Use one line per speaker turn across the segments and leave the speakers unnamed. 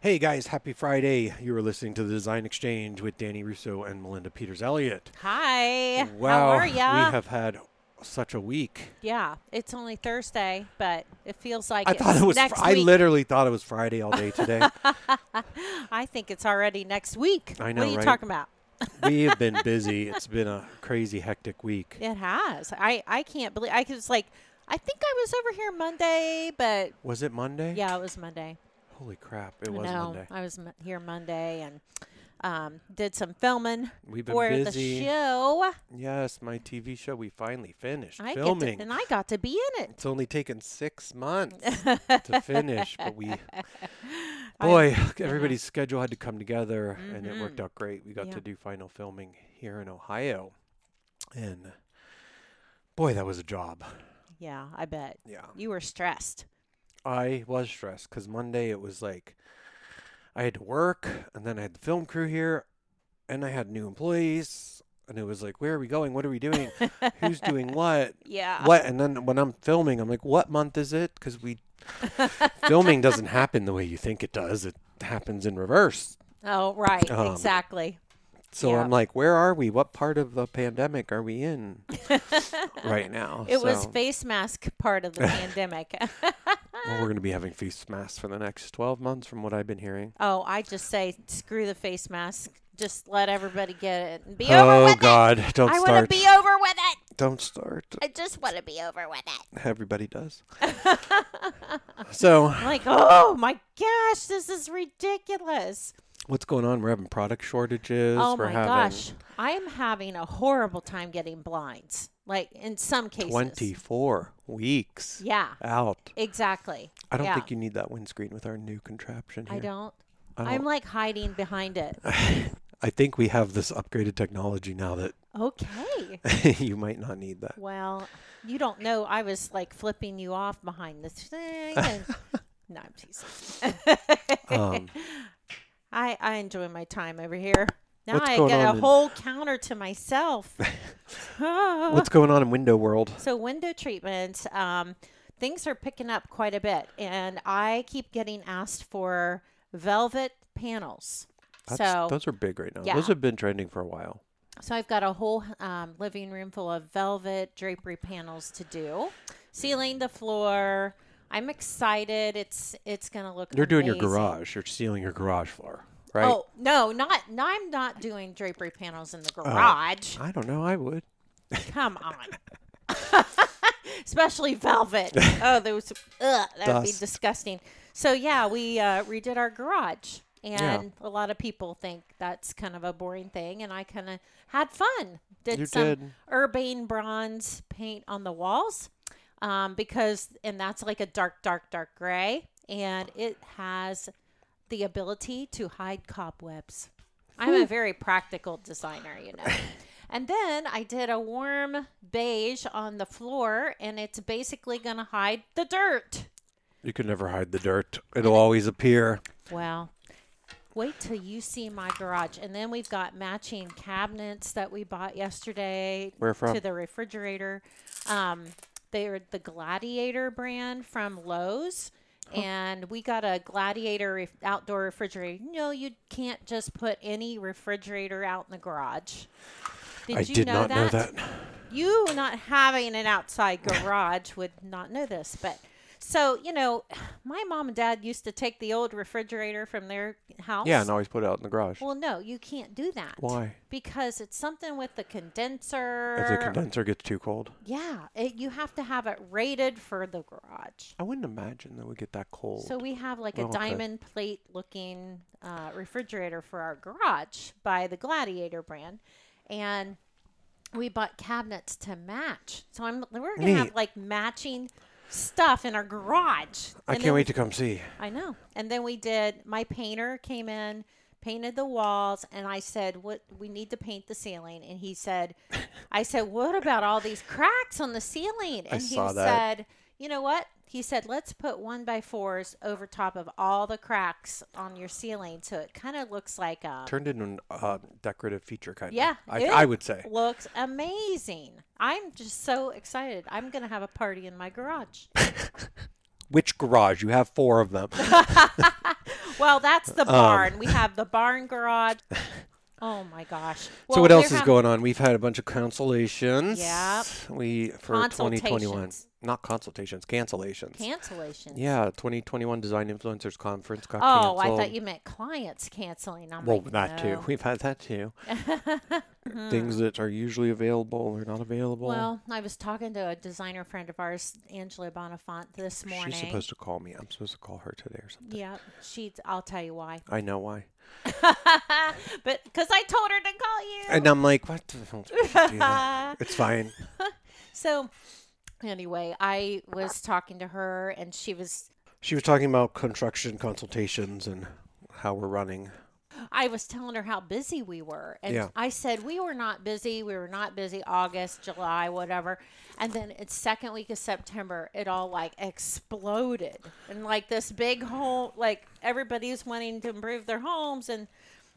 Hey guys, happy Friday. You are listening to the Design Exchange with Danny Russo and Melinda Peters Elliott.
Hi.
Wow,
How are ya?
we have had such a week.
yeah, it's only Thursday, but it feels like
I
it's
thought it was
next
I
week.
literally thought it was Friday all day today.
I think it's already next week.
I know,
What are you
right?
talking about?
we have been busy. It's been a crazy hectic week.
It has. I I can't believe I was like I think I was over here Monday, but
Was it Monday?
yeah, it was Monday.
Holy crap, it was
no,
Monday.
I was m- here Monday and um, did some filming
We've been
for
busy.
the show.
Yes, my TV show we finally finished
I
filming.
get to, and I got to be in it.
it's only taken 6 months to finish, but we Boy, everybody's schedule had to come together, and it worked out great. We got
Yeah.
to do final filming here in Ohio, and boy, that was a job.
Yeah, I bet
Yeah,
you were stressed.
I was stressed because Monday it was like I had to work, and then I had the film crew here, and I had new employees, and it was like, where are we going? What are we doing? Who's doing what?
Yeah.
What? And then when I'm filming, I'm like, what month is it? Because we filming doesn't happen the way you think it does. It happens in reverse.
Oh, right.
Um,
exactly.
So
Yeah.
I'm like, where are we? What part of the pandemic are we in right now?
It was
So,
face mask part of the pandemic.
well, we're going to be having feast mass for the next 12 months, from what I've been hearing.
oh, I just say screw the face mask. Just let everybody get it and be over
Oh
with
God!
it.
Don't
I want
start.
to be over with it.
don't start.
I just want to be over with it.
Everybody does. so
I'm like, oh my gosh, this is ridiculous.
what's going on? We're having product shortages.
oh
we're
my
having
gosh, I am having a horrible time getting blinds. Like in some cases,
24 weeks
Yeah,
out.
exactly.
I don't
Yeah.
think you need that windscreen with our new contraption. Here.
I don't.
I
I'm like hiding behind it.
I think we have this upgraded technology now that
Okay.
you might not need that.
Well, you don't know. I was like flipping you off behind this thing. And no, I'm teasing.
Um,
I, I enjoy my time over here. Now
What's
I
going
got
on
a
in-
whole counter to myself. Ah.
What's going on in window world?
so, window treatments, um, things are picking up quite a bit. And I keep getting asked for velvet panels.
That's,
so,
those are big right now.
yeah.
Those have been trending for a while.
So I've got a whole um, living room full of velvet drapery panels to do, ceiling, the floor. I'm excited. It's it's gonna look.
You're doing your
amazing.
garage. You're sealing your garage floor, right? Oh.
Oh no, not no, I'm not doing drapery panels in the garage.
I don't know. I would.
Come on. Especially velvet. Oh, those ugh, that would be
Dust.
disgusting. So yeah, we uh, redid our garage, and a lot of people think that's kind of a boring thing, and I kind of had fun. Did
You
some
did.
urbane bronze paint on the walls, um, because and that's like a dark, dark, dark gray, and it has the ability to hide cobwebs. I'm a very practical designer, you know. And then I did a warm beige on the floor, and it's basically going to hide the dirt.
You can never hide the dirt. It'll always appear.
Well, wait till you see my garage. And then we've got matching cabinets that we bought yesterday
Where from?
to the refrigerator. Um, they are the Gladiator brand from Lowe's. And we got a Gladiator ref- outdoor refrigerator. No, you can't just put any refrigerator out in the garage. Did
I
you
did
know
not know
that?
that.
you not having an outside garage would not know this but so you know my mom and dad used to take the old refrigerator from their house
Yeah, and always put it out in the garage.
well no you can't do that
Why?
because it's something with the condenser
If the condenser gets too cold.
yeah it, you have to have it rated for the garage
I wouldn't imagine that would get that cold.
so we have like a
Okay.
diamond plate looking uh, refrigerator for our garage by the Gladiator brand, and we bought cabinets to match. So I'm we're gonna
Neat.
have like matching stuff in our garage.
I
And
can't
then-
wait to come see.
I know. And then we did. My painter came in, painted the walls, and I said, "What we need to paint the ceiling." And he said, "I said, what about all these cracks on the ceiling?" And he
saw that.
said, "You know what?" He said, "Let's put one by fours over top of all the cracks on your ceiling, so it kind of looks like a."
Turned into a uh, decorative feature kind of.
Yeah,
I,
it
I would say.
looks amazing. I'm just so excited. I'm gonna have a party in my garage.
which garage? You have four of them.
Well, that's
Um,
the barn. we have the barn garage. Oh my gosh.
so
Well,
what else
we're
is
hav-
going on? We've had a bunch of cancellations.
Yep.
We for 2021,
Consultations.
not consultations, cancellations.
Cancellations.
yeah, 2021 Design Influencers Conference got
Oh,
canceled.
I thought you meant clients canceling. I'm
Well,
like,
that
no. Mm-hmm.
too. We've had that too. Things that are usually available are not available.
Well, I was talking to a designer friend of ours, Angela Bonifant, this morning.
she's supposed to call me. I'm supposed to call her today or something.
Yeah, she. I'll tell you why.
I know why.
but because I told her to call you.
And I'm like, what? the hell did she do that? it's fine.
So, anyway, I was talking to her, and she was.
She was talking about construction consultations and how we're running.
I was telling her how busy we were, and
Yeah.
I said we were not busy. We were not busy. August, July, whatever, and then it's second week of September. It all like exploded, and like this big home, like everybody's wanting to improve their homes, and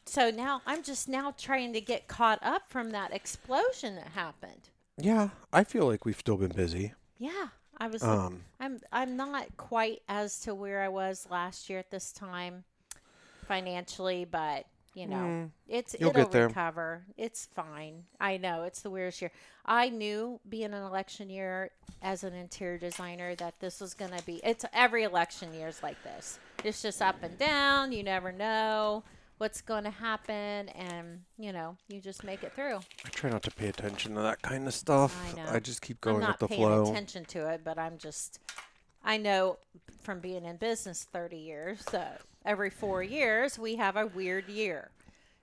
so now I'm just now trying to get caught up from that explosion that happened.
Yeah, I feel like we've still been busy.
Yeah, I was.
Um,
I'm I'm not quite as to where I was last year at this time financially, but you know, it's
Mm, you'll
it'll
get there.
recover. It's fine. I know it's the weirdest year. I knew being an election year as an interior designer that this was going to be. It's every election year is like this. It's just up and down. You never know what's going to happen, and you know, you just make it through.
I try not to pay attention to that kind of stuff.
I know.
I, just keep going
I'm not
with the
paying
flow.
attention to it, but I'm just I know from being in business 30 years, so every 4 years we have a weird year.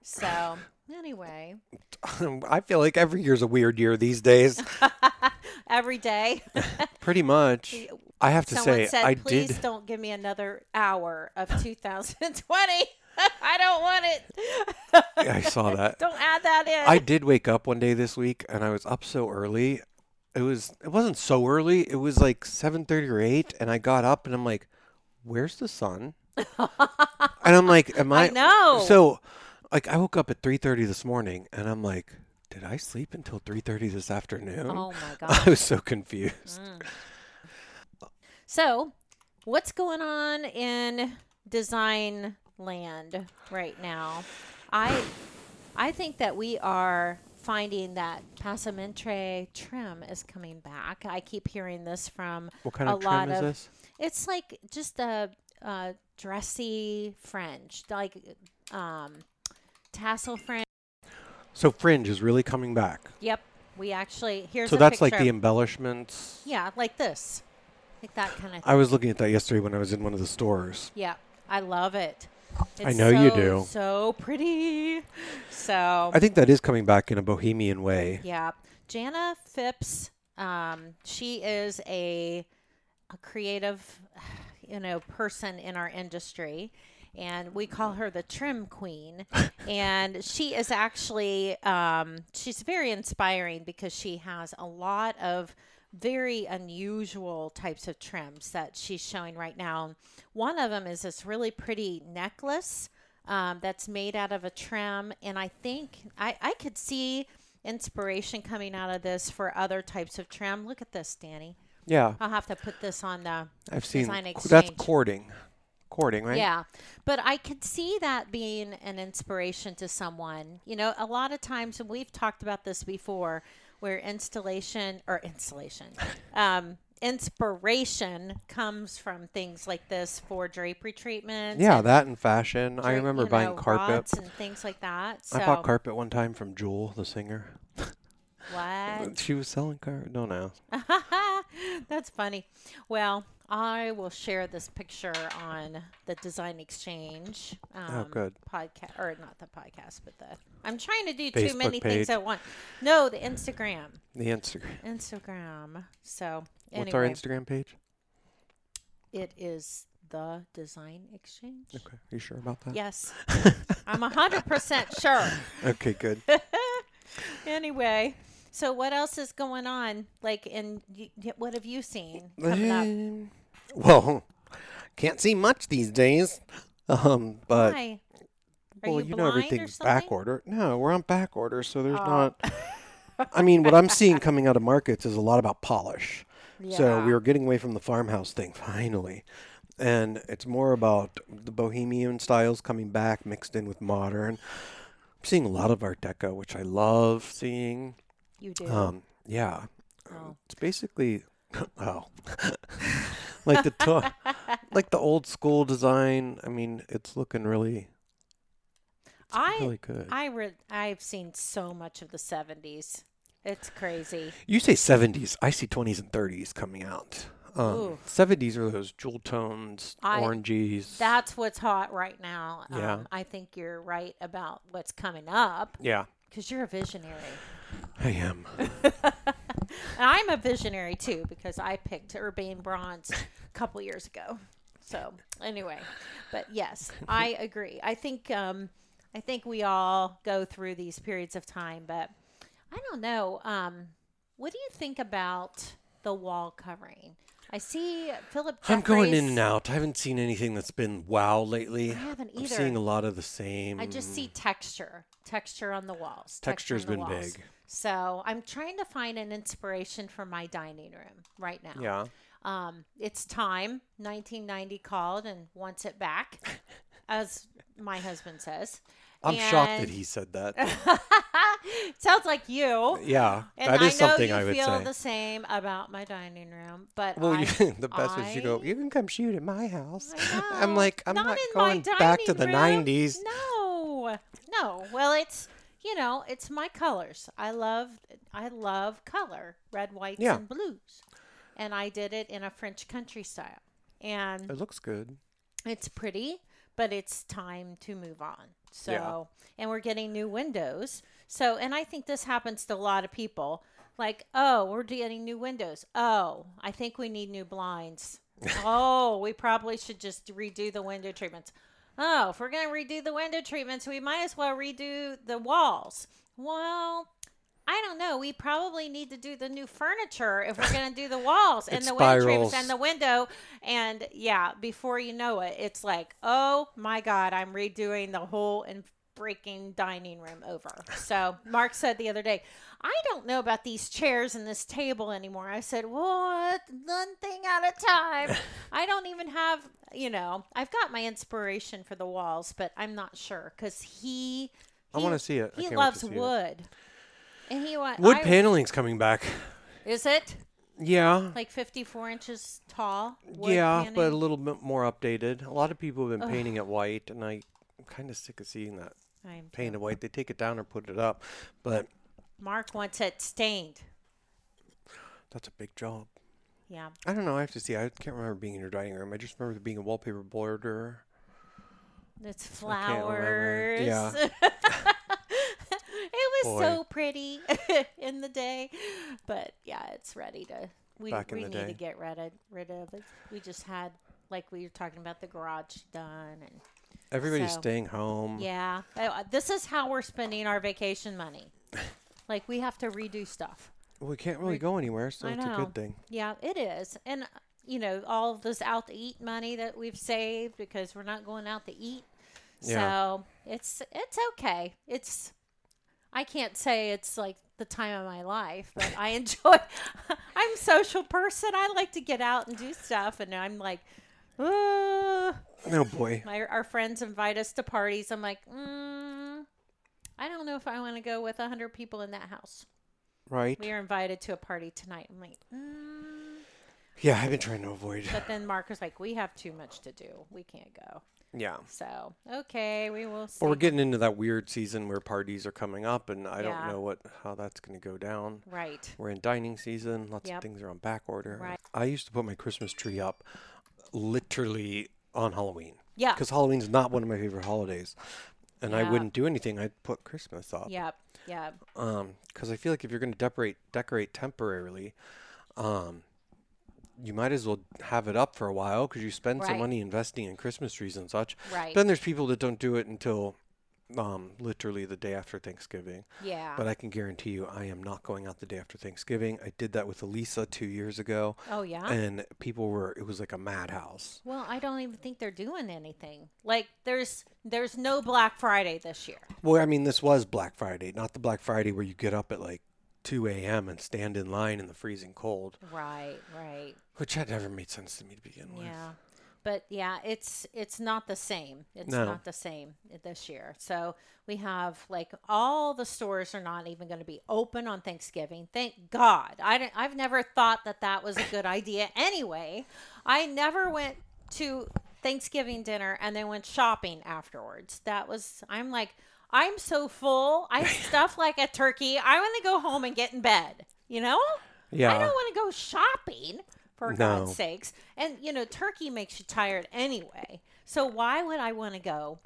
So, anyway,
I feel like every year's a weird year these days.
every day
Pretty much. I have to
someone
say,
said,
I
"Please
did.
don't give me another hour of 2020. I don't want it.
I saw that.
Don't add that in."
I did wake up one day this week, and I was up so early. It was. It wasn't so early. It was like seven thirty or eight, and I got up, and I'm like, "Where's the sun?" and I'm like, "Am I?"
I know.
So, like, I woke up at three thirty this morning, and I'm like, "Did I sleep until three thirty this afternoon?"
oh my Mm-hmm. god.
I was so confused.
So, what's going on in design land right now? I I think that we are finding that passementre trim is coming back. I keep hearing this from
What kind
a
of
lot
trim is
of
this?
it's like just a, a dressy fringe, like um, tassel fringe.
So fringe is really coming back.
Yep, we actually here's
so
a
that's
picture
like the
of-
embellishments.
yeah, like this, like that kind of.
I was looking at that yesterday when I was in one of the stores.
Yeah, I love it.
I know you
so-
do.
So pretty. So
I think that is coming back in a bohemian way.
yeah, Jana Phipps. Um, she is a a creative, you know, person in our industry, and we call her the trim queen. and she is actually um, she's very inspiring because she has a lot of very unusual types of trims that she's showing right now. One of them is this really pretty necklace um, that's made out of a trim, and I think I, I could see inspiration coming out of this for other types of trim. Look at this, Danny.
Yeah,
I'll have to put this on the.
I've seen
design
co- that's
exchange.
courting, courting, right?
Yeah. But I could see that being an inspiration to someone. You know, a lot of times, and we've talked about this before, where installation or installation, um, inspiration comes from things like this for drapery treatments.
yeah,
and
that and fashion. I
dra-
remember
you
buying
know,
carpet.
rods and things like that. So,
I bought carpet one time from Jewel, the singer.
what?
She was selling carpet. No, no.
That's funny. Well, I will share this picture on the Design Exchange. Um,
Oh, good.
Podcast or not the podcast, but the I'm trying to do too
Facebook
many
page.
things at once. No, the Instagram,
The Instagram.
Instagram. So
What's
anyway,
our Instagram page?
it is the Design Exchange.
Okay, are you sure about that?
Yes, I'm hundred percent sure.
Okay, good.
Anyway. So what else is going on? Like, and y- y- what have you seen coming up?
Um, Well, can't see much these days. Um, but
Hi. Are
well,
you,
you, know
blind or
everything's
something?
back order. No, we're on back order, so there's
Oh.
not. I mean, what I'm seeing coming out of markets is a lot about polish. So
Yeah.
we were getting away from the farmhouse thing finally. And it's more about the bohemian styles coming back mixed in with modern. I'm seeing a lot of Art Deco, which I love seeing.
You do.
Um, yeah.
Oh.
It's basically oh. like the to- like the old school design. I mean, it's looking really
I
really good.
I re- I've seen so much of the 70s. It's crazy.
You say 70s. I see 20s and 30s coming out. Um,
Ooh.
70s are those jewel tones,
I-
oranges.
That's what's hot right now.
Yeah.
Um, I think you're right about what's coming up
yeah,
because you're a visionary.
I am.
And I'm a visionary too because I picked Urbane Bronze a couple years ago. So, anyway, but yes, I agree. I think um, I think we all go through these periods of time, but I don't know. Um, what do you think about the wall covering? I see Philip.
I'm going in
Jeffries-
and out. I haven't seen anything that's been wow lately. I
haven't
I'm
either.
seeing a lot of the same.
I just see texture, texture on the walls.
Texture's
texture on the
been
walls.
big.
So I'm trying to find an inspiration for my dining room right now.
Yeah.
Um, it's time. 1990 called and wants it back, as my husband says.
I'm shocked that
And-
he said that.
sounds like you.
yeah,
And
that
I
is
know
something
you
I would
feel
say.
the same about my dining room, but
well,
I,
you, the best is you go.
I-
You can come shoot at my house.
I
I'm
know.
like, I'm not,
in my
going back to
dining
the
room.
90s.
No, no. Well, it's you know, it's my colors. I love, I love color, red, whites,
Yeah.
and blues, and I did it in a French country style, and
It looks good.
it's pretty, but it's time to move on. So,
Yeah.
and we're getting new windows. So, and I think this happens to a lot of people. Like, oh, we're getting new windows. Oh, I think we need new blinds. oh, we probably should just redo the window treatments. Oh, if we're going to redo the window treatments, we might as well redo the walls. Well, I don't know. We probably need to do the new furniture if we're going to do the walls and
It
the window treatments
spirals.
and the window. And yeah, before you know it, it's like, oh my God, I'm redoing the whole and freaking dining room over. So Mark said the other day, I don't know about these chairs and this table anymore. I said, what? One thing at a time. I don't even have, you know, I've got my inspiration for the walls, but I'm not sure because he.
I
he-
wanna see it. I
He
can't wait to
loves
see it.
wood. And he went,
Wood
I-
paneling's coming back.
Is it
Yeah.
like 54 inches tall? wood
yeah, but
paneling?
a little bit more updated. A lot of people have been painting it white, and I, I'm kind of sick of seeing that
I'm
painted white. They take it down or put it up, but
Mark wants it stained.
that's a big job.
Yeah.
I don't know. I have to see. I can't remember being in your dining room. I just remember there being a wallpaper border.
It's
can't remember.
flowers.
Yeah.
it was
Boy.
so pretty in the day. But yeah, it's ready to we,
Back in
we
the
need
day.
to get rid of rid of it. We just had like we were talking about the garage done and
Everybody's
So-
staying home.
yeah. Uh, This is how we're spending our vacation money. Like we have to redo stuff.
We can't really go anywhere, so
I
it's a
know.
good thing.
Yeah, it is. And, uh, you know, all of this out to eat money that we've saved because we're not going out to eat.
Yeah.
So it's it's okay. It's I can't say it's like the time of my life, but I enjoy I'm a social person. I like to get out and do stuff and I'm like, ooh
Oh boy.
my our friends invite us to parties. I'm like, mm, I don't know if I want to go with hundred people in that house.
Right.
We are invited to a party tonight. I'm like, mm,
Yeah, I've been trying to avoid.
But then Mark was like, "We have too much to do. We can't go."
Yeah.
So okay, we will. See.
But we're getting into that weird season where parties are coming up, and I
Yeah.
don't know what how that's going to go down.
right.
We're in dining season. Lots
Yep.
of things are on back order.
Right.
I used to put my Christmas tree up literally on Halloween.
Yeah.
Because Halloween's not one of my favorite holidays. And I
Yeah.
wouldn't do anything. I'd put Christmas up.
Yep. Yep.
Because I feel like if you're going to decorate, decorate temporarily, um, you might as well have it up for a while because you spend some
Right.
money investing in Christmas trees and such.
Right.
Then there's people that don't do it until um, literally the day after Thanksgiving.
Yeah.
But I can guarantee you, I am not going out the day after Thanksgiving. I did that with Elisa two years ago,
oh yeah.
and people were, it was like a madhouse.
well, I don't even think they're doing anything. Like there's there's no Black Friday this year.
Well, I mean, this was Black Friday, not the Black Friday where you get up at like 2 a.m. and stand in line in the freezing cold,
Right, right.
which had never made sense to me to begin with.
Yeah. But yeah, it's it's not the same. It's
No.
not the same this year. So we have like all the stores are not even going to be open on Thanksgiving. Thank God. I don't, I've never thought that that was a good idea anyway. I never went to Thanksgiving dinner and then went shopping afterwards. That was I'm like I'm so full. I stuff like a turkey. I want to go home and get in bed. You know?
Yeah.
I don't want to go shopping for
No.
God's sakes. And you know, turkey makes you tired anyway. So why would I want to go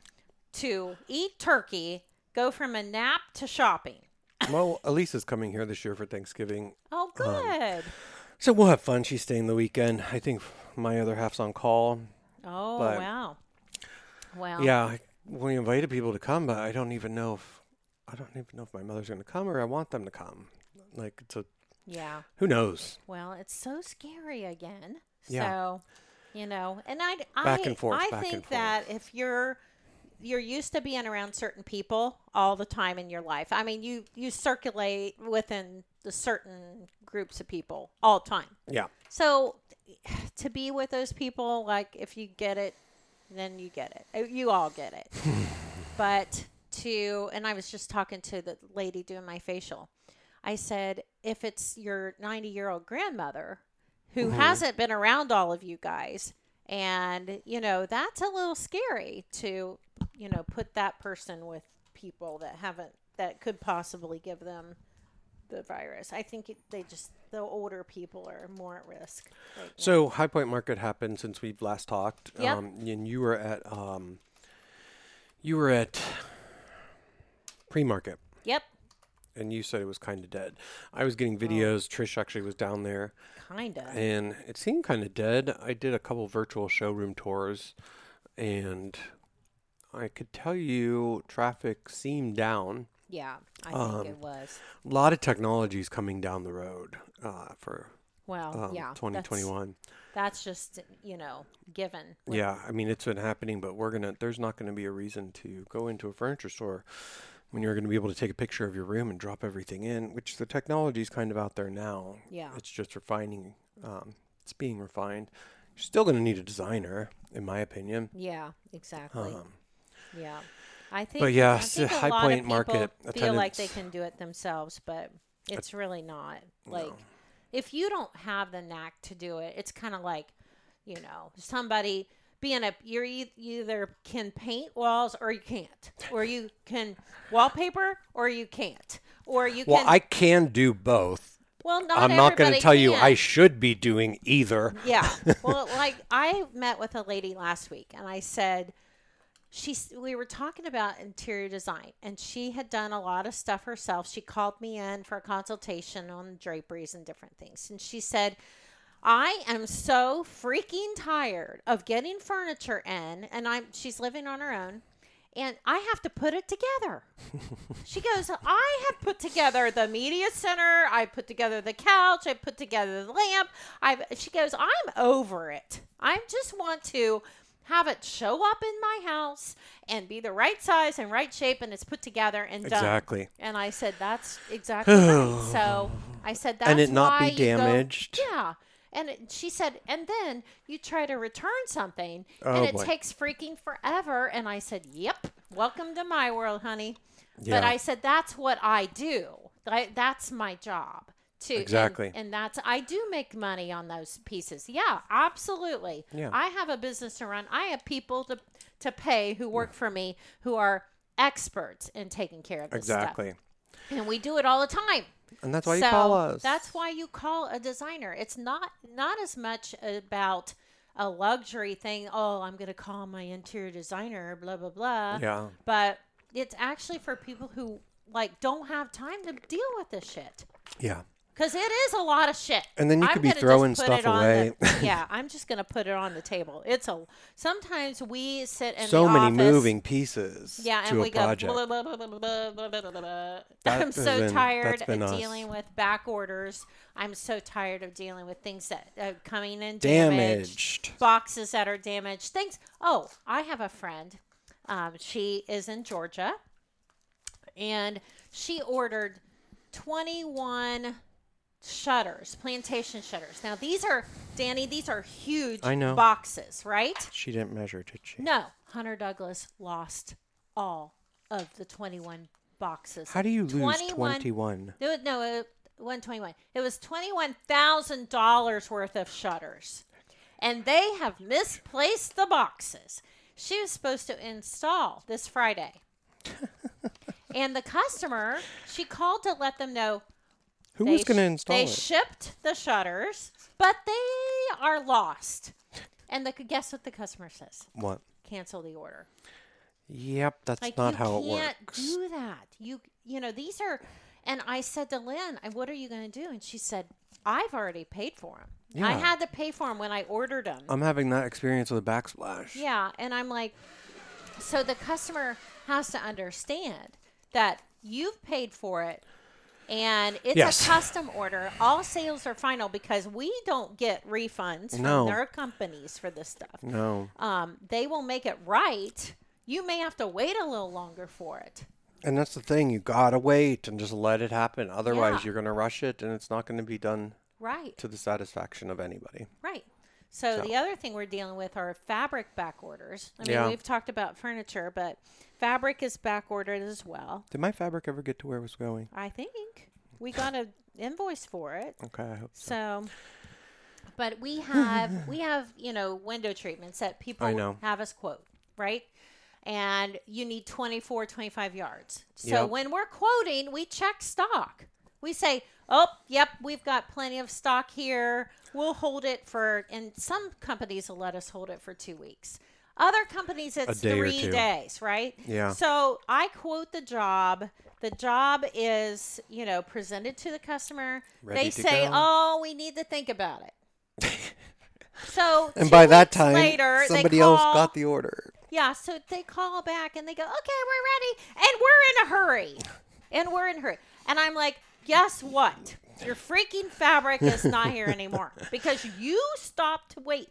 to eat turkey, go from a nap to shopping?
well, Elise is coming here this year for Thanksgiving.
Oh, good.
So we'll have fun. She's staying the weekend. I think my other half's on call.
oh,
but-
wow. Well,
Yeah, I- we invited people to come, but I don't even know if I don't even know if my mother's going to come or I want them to come. Like it's a
yeah.
who knows.
Well, it's so scary again.
Yeah.
So, you know, and I, I,
Back and forth,
I
back
think
and forth.
that if you're you're used to being around certain people all the time in your life. I mean, you you circulate within the certain groups of people all the time.
Yeah.
So, to be with those people, like if you get it, then you get it. Uh, You all get it. but to, and I was just talking to the lady doing my facial. I said, if it's your 90 year old grandmother who hasn't been around all of you guys, and, you know, that's a little scary to, you know, put that person with people that haven't, that could possibly give them the virus. I think it, they just the older people are more at risk. right now.
So High Point Market happened since we've last talked.
Yep.
Um, and you were at um, you were at pre market
yep,
and you said it was kind of dead. I was getting videos. Trish actually was down there
kind of.
and it seemed kind of dead. I did a couple virtual showroom tours and I could tell you traffic seemed down.
Yeah, I think it was.
A lot of technologies coming down the road uh, for
Well,
um,
Oh, yeah, that's-
2021.
That's, just you know given. when-
Yeah, I mean it's been happening, but we're gonna. There's not gonna be a reason to go into a furniture store when you're gonna be able to take a picture of your room and drop everything in, which the technology is kind of out there now.
Yeah.
it's just refining. Um, it's being refined. You're still gonna need a designer, in my opinion.
Yeah, exactly.
Um,
yeah, I think.
but yeah,
I
s-
think a
High
lot
Point
of
Market
people feel like they
attendance-
can do it themselves, but it's really not. Like, if you don't have the knack to do it, it's kind of like, you know, somebody being a you're e- you either can paint walls or you can't, or you can wallpaper or you can't, or you
Well,
can.
I can do both.
well, not
I'm not going to
everybody
tell you
can.
I should be doing either.
Yeah. Well, like I met with a lady last week and I said she's we were talking about interior design and she had done a lot of stuff herself. She called me in for a consultation on draperies and different things. And she said, "I am so freaking tired of getting furniture in and I'm she's living on her own and I have to put it together." She goes, I have put together the media center. I put together the couch. I put together the lamp. I've, she goes, I'm over it. I just want to have it show up in my house and be the right size and right shape and it's put together and done.
Exactly.
And I said, that's exactly right. So I said, that's
And it not be
why you go-
damaged.
yeah. And it, she said, and then you try to return something
Oh,
and it
boy.
takes freaking forever. And I said, yep, welcome to my world, honey. But
Yeah.
I said, that's what I do. I, that's my job too. And-
Exactly.
And, that's, I do make money on those pieces. Yeah, absolutely.
Yeah.
I have a business to run. I have people to, to pay who work for me who are experts in taking care of this stuff.
Exactly.
And we do it all the time.
And that's why you call us.
That's why you call a designer. It's not not as much about a luxury thing. Oh, I'm going to call my interior designer. Blah blah blah.
Yeah.
But it's actually for people who like don't have time to deal with this shit
Yeah.
because it is a lot of shit.
And then you
I'm
could be
gonna just
throwing
put
stuff
it on the-
away.
yeah, I'm just going to put it on the table. It's a sometimes we sit in
so
the
many
office-
moving pieces
yeah,
to
and
a
we go.
project.
Blah, blah, blah, blah, blah, blah, blah, blah, blah.
That
I'm
has
so
been-
tired
that's been
of
us.
dealing with back orders. I'm so tired of dealing with things that are coming in
Damaged.
boxes that are damaged, things. Oh, I have a friend. Um, she is in Georgia, and she ordered 21 shutters, plantation shutters. Now these are Danny, these are huge
I know.
boxes, right?
She didn't measure, did she?
No, Hunter Douglas lost all of the 21 boxes.
How do you lose
21
21?
It was, no, it, 121. It was $21,000 worth of shutters. And they have misplaced the boxes. She was supposed to install this Friday. and the customer, she called to let them know
Who
they
was going to
sh-
install
They
it?
shipped the shutters, but they are lost. And the, guess what the customer says?
what?
Cancel the order.
Yep, that's
Like
not
you
how it
can't
works.
do that. You you know these are, and I said to Lynn, I, "What are you going to do?" And she said, "I've already paid for them. I
Yeah. Um.
had to pay for them when I ordered them."
I'm having that experience with a backsplash.
yeah, and I'm like, so the customer has to understand that you've paid for it. And it's
Yes.
a custom order. All sales are final because we don't get refunds
No.
from their companies for this stuff.
No.
Um, they will make it right. You may have to wait a little longer for it.
And that's the thing. You got to wait and just let it happen. Otherwise,
Yeah.
you're going to rush it and it's not going to be done
Right.
to the satisfaction of anybody.
Right. So,
So-
the other thing we're dealing with are fabric back orders. I mean,
Yeah.
we've talked about furniture, but fabric is back ordered as well.
Did my fabric ever get to where it was going?
I think we got an invoice for it.
Okay, I hope so.
So, but we have we have you know window treatments that people
I know.
have us quote right, and you need 24, 25 yards. So
Yep.
when we're quoting, we check stock. We say, oh, yep, we've got plenty of stock here. We'll hold it for, and some companies will let us hold it for two weeks. Other companies, it's
day or
three
two.
days, right?
Yeah.
So I quote the job. The job is, you know, presented to the customer.
Ready
they
to
say,
go.
"Oh, we need to think about it." so
And
two
by that
weeks
time,
later,
somebody
they call,
else got the order.
Yeah, so they call back and they go, "Okay, we're ready," and we're in a hurry, and we're in a hurry, and I'm like, "Guess what?" Your freaking fabric is not here anymore because you stopped to wait.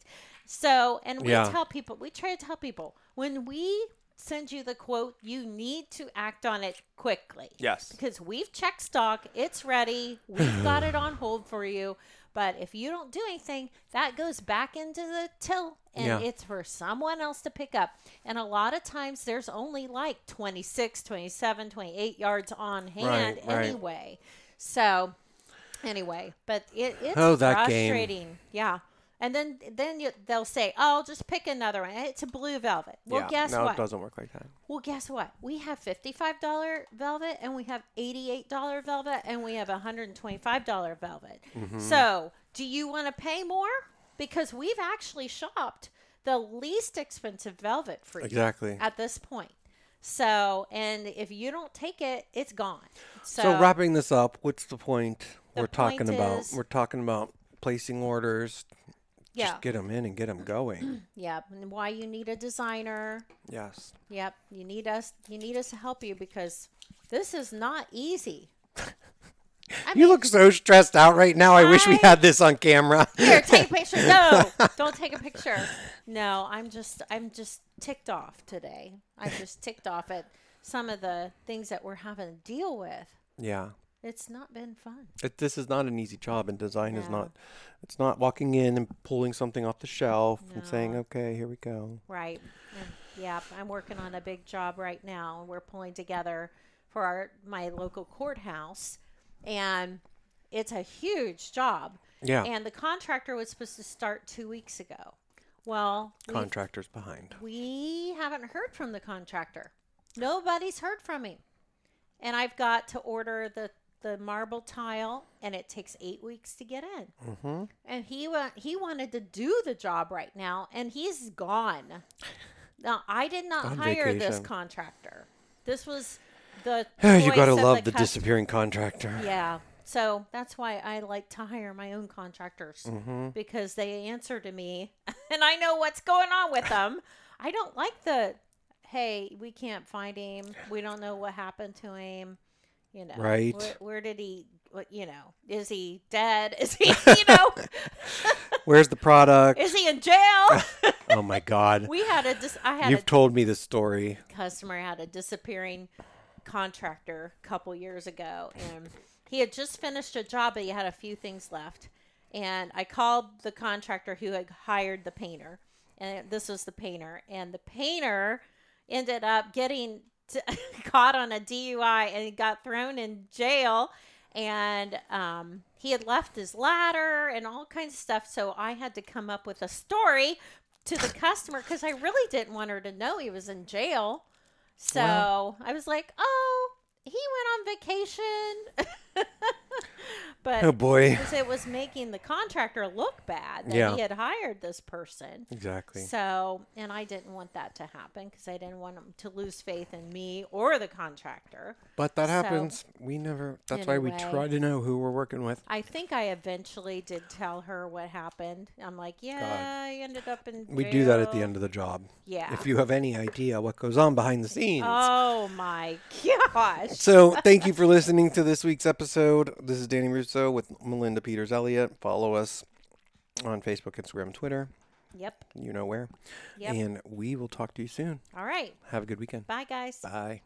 So, and we
Yeah.
tell people, we try to tell people when we send you the quote, you need to act on it quickly.
Yes.
Because we've checked stock, it's ready, we've got it on hold for you. But if you don't do anything, that goes back into the till and
Yeah.
it's for someone else to pick up. And a lot of times there's only like 26, 27, 28 yards on hand
Right, right.
anyway. So anyway, but it, it's
Oh, that game.
frustrating. Yeah. And then then you, they'll say, "Oh, just pick another one. It's a blue velvet." Well,
yeah.
guess
no,
what?
it doesn't work like that.
Well, guess what? We have fifty-five dollar velvet, and we have eighty-eight dollar velvet, and we have hundred and twenty-five dollar velvet.
Mm-hmm.
So, do you want to pay more? Because we've actually shopped the least expensive velvet for you
Exactly.
at this point. So, and if you don't take it, it's gone. So,
So, wrapping this up, what's the point
The
we're talking
point
about?
is-
We're talking about placing orders.
yeah,
Just get them in and get them going.
yeah. And why you need a designer?
yes.
Yep, you need us. You need us to help you because this is not easy.
You look so stressed out right now. I, wish we
I-
had this on camera.
Here, take a picture. No, don't take a picture. No, I'm just I'm just ticked off today. I'm just ticked off at some of the things that we're having to deal with.
yeah.
It's not been fun.
It, this is not an easy job, and design is
No.
not. It's not walking in and pulling something off the shelf and saying,
No.
"Okay, here we go."
Right. And, yep. I'm working on a big job right now. We're pulling together for our my local courthouse, and it's a huge job.
Yeah.
And the contractor was supposed to start two weeks ago. Well, we
Contractors behind.
we haven't heard from the contractor. Nobody's heard from him. And I've got to order the the marble tile, and it takes eight weeks to get in.
Mm-hmm.
And he wa- he wanted to do the job right now, and he's gone. Now I did not
On
hire this
vacation.
contractor. This was the
you
choice
gotta
of
love the,
cus-
disappearing contractor.
Yeah. So that's why I like to hire my own contractors
Mm-hmm.
because they answer to me and I know what's going on with them. I don't like the hey, we can't find him. We don't know what happened to him. You know,
Right.
Where, where did he? What, you know, is he dead? Is he? You know,
Where's the product?
is he in jail?
oh my God!
We had a dis- I had
You've told me this story.
a customer had a disappearing contractor a couple years ago, and He had just finished a job, but he had a few things left. And I called the contractor who had hired the painter. And this was the painter. And the painter ended up getting t- caught on a DUI and he got thrown in jail. And um, he had left his ladder and all kinds of stuff. So I had to come up with a story to the customer because I really didn't want her to know he was in jail. So
Wow.
I was like, oh, he went on vacation. but
Oh boy.
because it was making the contractor look bad that
Yeah.
he had hired this person.
Exactly.
So, and I didn't want that to happen because I didn't want him to lose faith in me or the contractor.
But that
so,
happens. we never. That's why we
anyway.
try to know who we're working with.
I think I eventually did tell her what happened. I'm like, yeah, I ended up in.
We do that at the
jail."
end of the job.
Yeah.
If you have any idea what goes on behind the scenes.
Oh my gosh.
So, thank you for listening to this week's episode. This is Danny Russo with Melinda Peters Elliott. Follow us on Facebook, Instagram, Twitter,
Yep.
you know where.
Yep.
And we will talk to you soon.
All right.
Have a good weekend.
Bye, guys.
Bye.